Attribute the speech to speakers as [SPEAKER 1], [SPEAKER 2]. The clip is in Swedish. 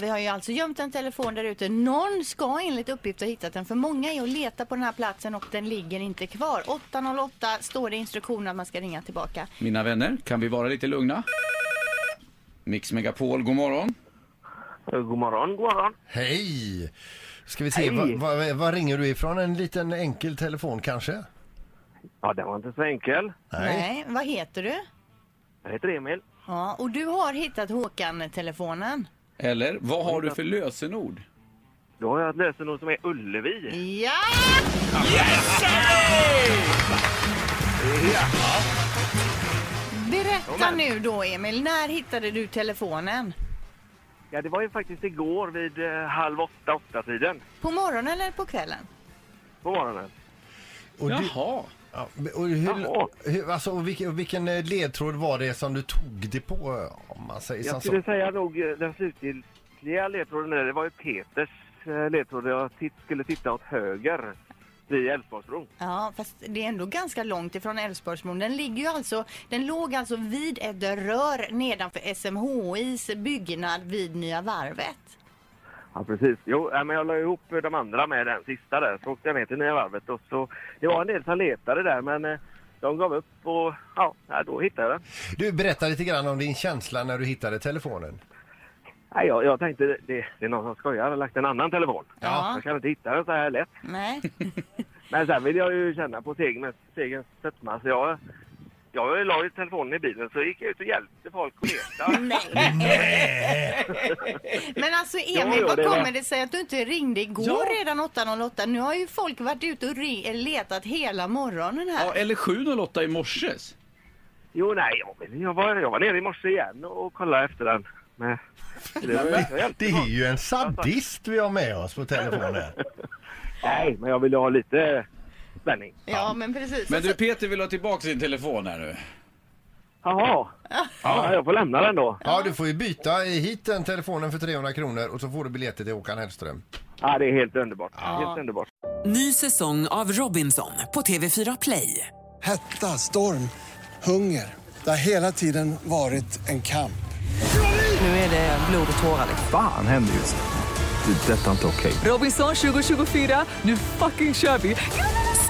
[SPEAKER 1] Vi har ju alltså gömt en telefon där ute. Någon ska enligt uppgift ha hittat den för många är och letar på den här platsen och den ligger inte kvar. 808 står det i instruktionen att man ska ringa tillbaka.
[SPEAKER 2] Mina vänner, kan vi vara lite lugna? Mix Megapol, god morgon.
[SPEAKER 3] Eh, God morgon, god morgon.
[SPEAKER 4] Hej! Ska vi se, vad vad- vad ringer du ifrån? En liten enkel telefon kanske?
[SPEAKER 3] Ja, den var inte så enkel.
[SPEAKER 1] Nej, vad heter du?
[SPEAKER 3] Jag heter Emil.
[SPEAKER 1] Ja, och du har hittat Håkan-telefonen.
[SPEAKER 2] Eller, vad har du för lösenord?
[SPEAKER 3] Då har jag ett lösenord som är Ullevi.
[SPEAKER 1] Ja! Berätta nu då Emil, när hittade du telefonen?
[SPEAKER 3] Ja, det var ju faktiskt igår vid eh, halv åtta, åtta-tiden
[SPEAKER 1] På morgonen eller på kvällen?
[SPEAKER 3] på morgonen.
[SPEAKER 4] Och du,
[SPEAKER 2] Jaha.
[SPEAKER 4] ja, och hur,
[SPEAKER 3] Jaha.
[SPEAKER 4] hur, alltså, och vilken, och vilken eh, ledtråd var det som du tog det på? Om man säger som
[SPEAKER 3] Jag
[SPEAKER 4] så.
[SPEAKER 3] skulle säga nog eh, den slutgiltiga ledtråden där, det var ju Peters eh, ledtråd. Jag titt, skulle titta åt höger vid Älvsborgsbron.
[SPEAKER 1] Ja, fast det är ändå ganska långt ifrån Älvsborgsbron. Den, ligger ju alltså, den låg alltså vid ett rör nedanför SMHIs byggnad vid Nya Varvet.
[SPEAKER 3] Ja, precis. Jo, ja, men jag la ihop eh, de andra med den sista där, så åkte jag ner till Nya Varvet och så... Det var en del som letade där, men eh, de gav upp och ja, ja, då hittade jag den.
[SPEAKER 4] Du, berätta lite grann om din känsla när du hittade telefonen.
[SPEAKER 3] Nej, jag, jag tänkte det, det, det är någon som skojar och lagt en annan telefon.
[SPEAKER 1] Ja.
[SPEAKER 3] Jag kan inte hitta den så här lätt.
[SPEAKER 1] Nej.
[SPEAKER 3] Men sen vill jag ju känna på segerns segerns sötma så jag, jag la ju telefonen i bilen så gick jag ut och hjälpte folk att leta.
[SPEAKER 1] Nej.
[SPEAKER 4] Mm.
[SPEAKER 1] Men alltså Emil,
[SPEAKER 3] Jo, jo,
[SPEAKER 1] vad
[SPEAKER 3] det var-
[SPEAKER 1] kommer det sig att du inte ringde igår redan 8.08? Nu har ju folk varit ute och ri- letat hela morgonen här.
[SPEAKER 2] Ja, eller 708 i morses.
[SPEAKER 3] Jo, nej, jag, men jag, var, jag var nere i morse igen och kollade efter den. Men, det var, jag hjälpte
[SPEAKER 4] Det är
[SPEAKER 3] folk.
[SPEAKER 4] ju en sadist vi har med oss på telefonen.
[SPEAKER 3] Nej, men jag ville ha lite spänning.
[SPEAKER 1] Ja, men precis.
[SPEAKER 2] Men du
[SPEAKER 1] Alltså,
[SPEAKER 2] Peter vill ha tillbaka sin telefon här nu.
[SPEAKER 3] Jaha, ja, jag får lämna den då.
[SPEAKER 4] Ja, du får ju byta hit den telefonen för 300 kronor och så får du biljetter till Håkan Hellström.
[SPEAKER 3] Ja, det är helt underbart. Helt underbart.
[SPEAKER 5] Ny säsong av Robinson på TV4 Play.
[SPEAKER 6] Hetta, storm, hunger. Det har hela tiden varit en kamp.
[SPEAKER 5] Nu är det blod och tårar.
[SPEAKER 7] Fan händer just nu. Det. är Detta är inte okej.
[SPEAKER 5] Robinson 2024, nu fucking kör vi!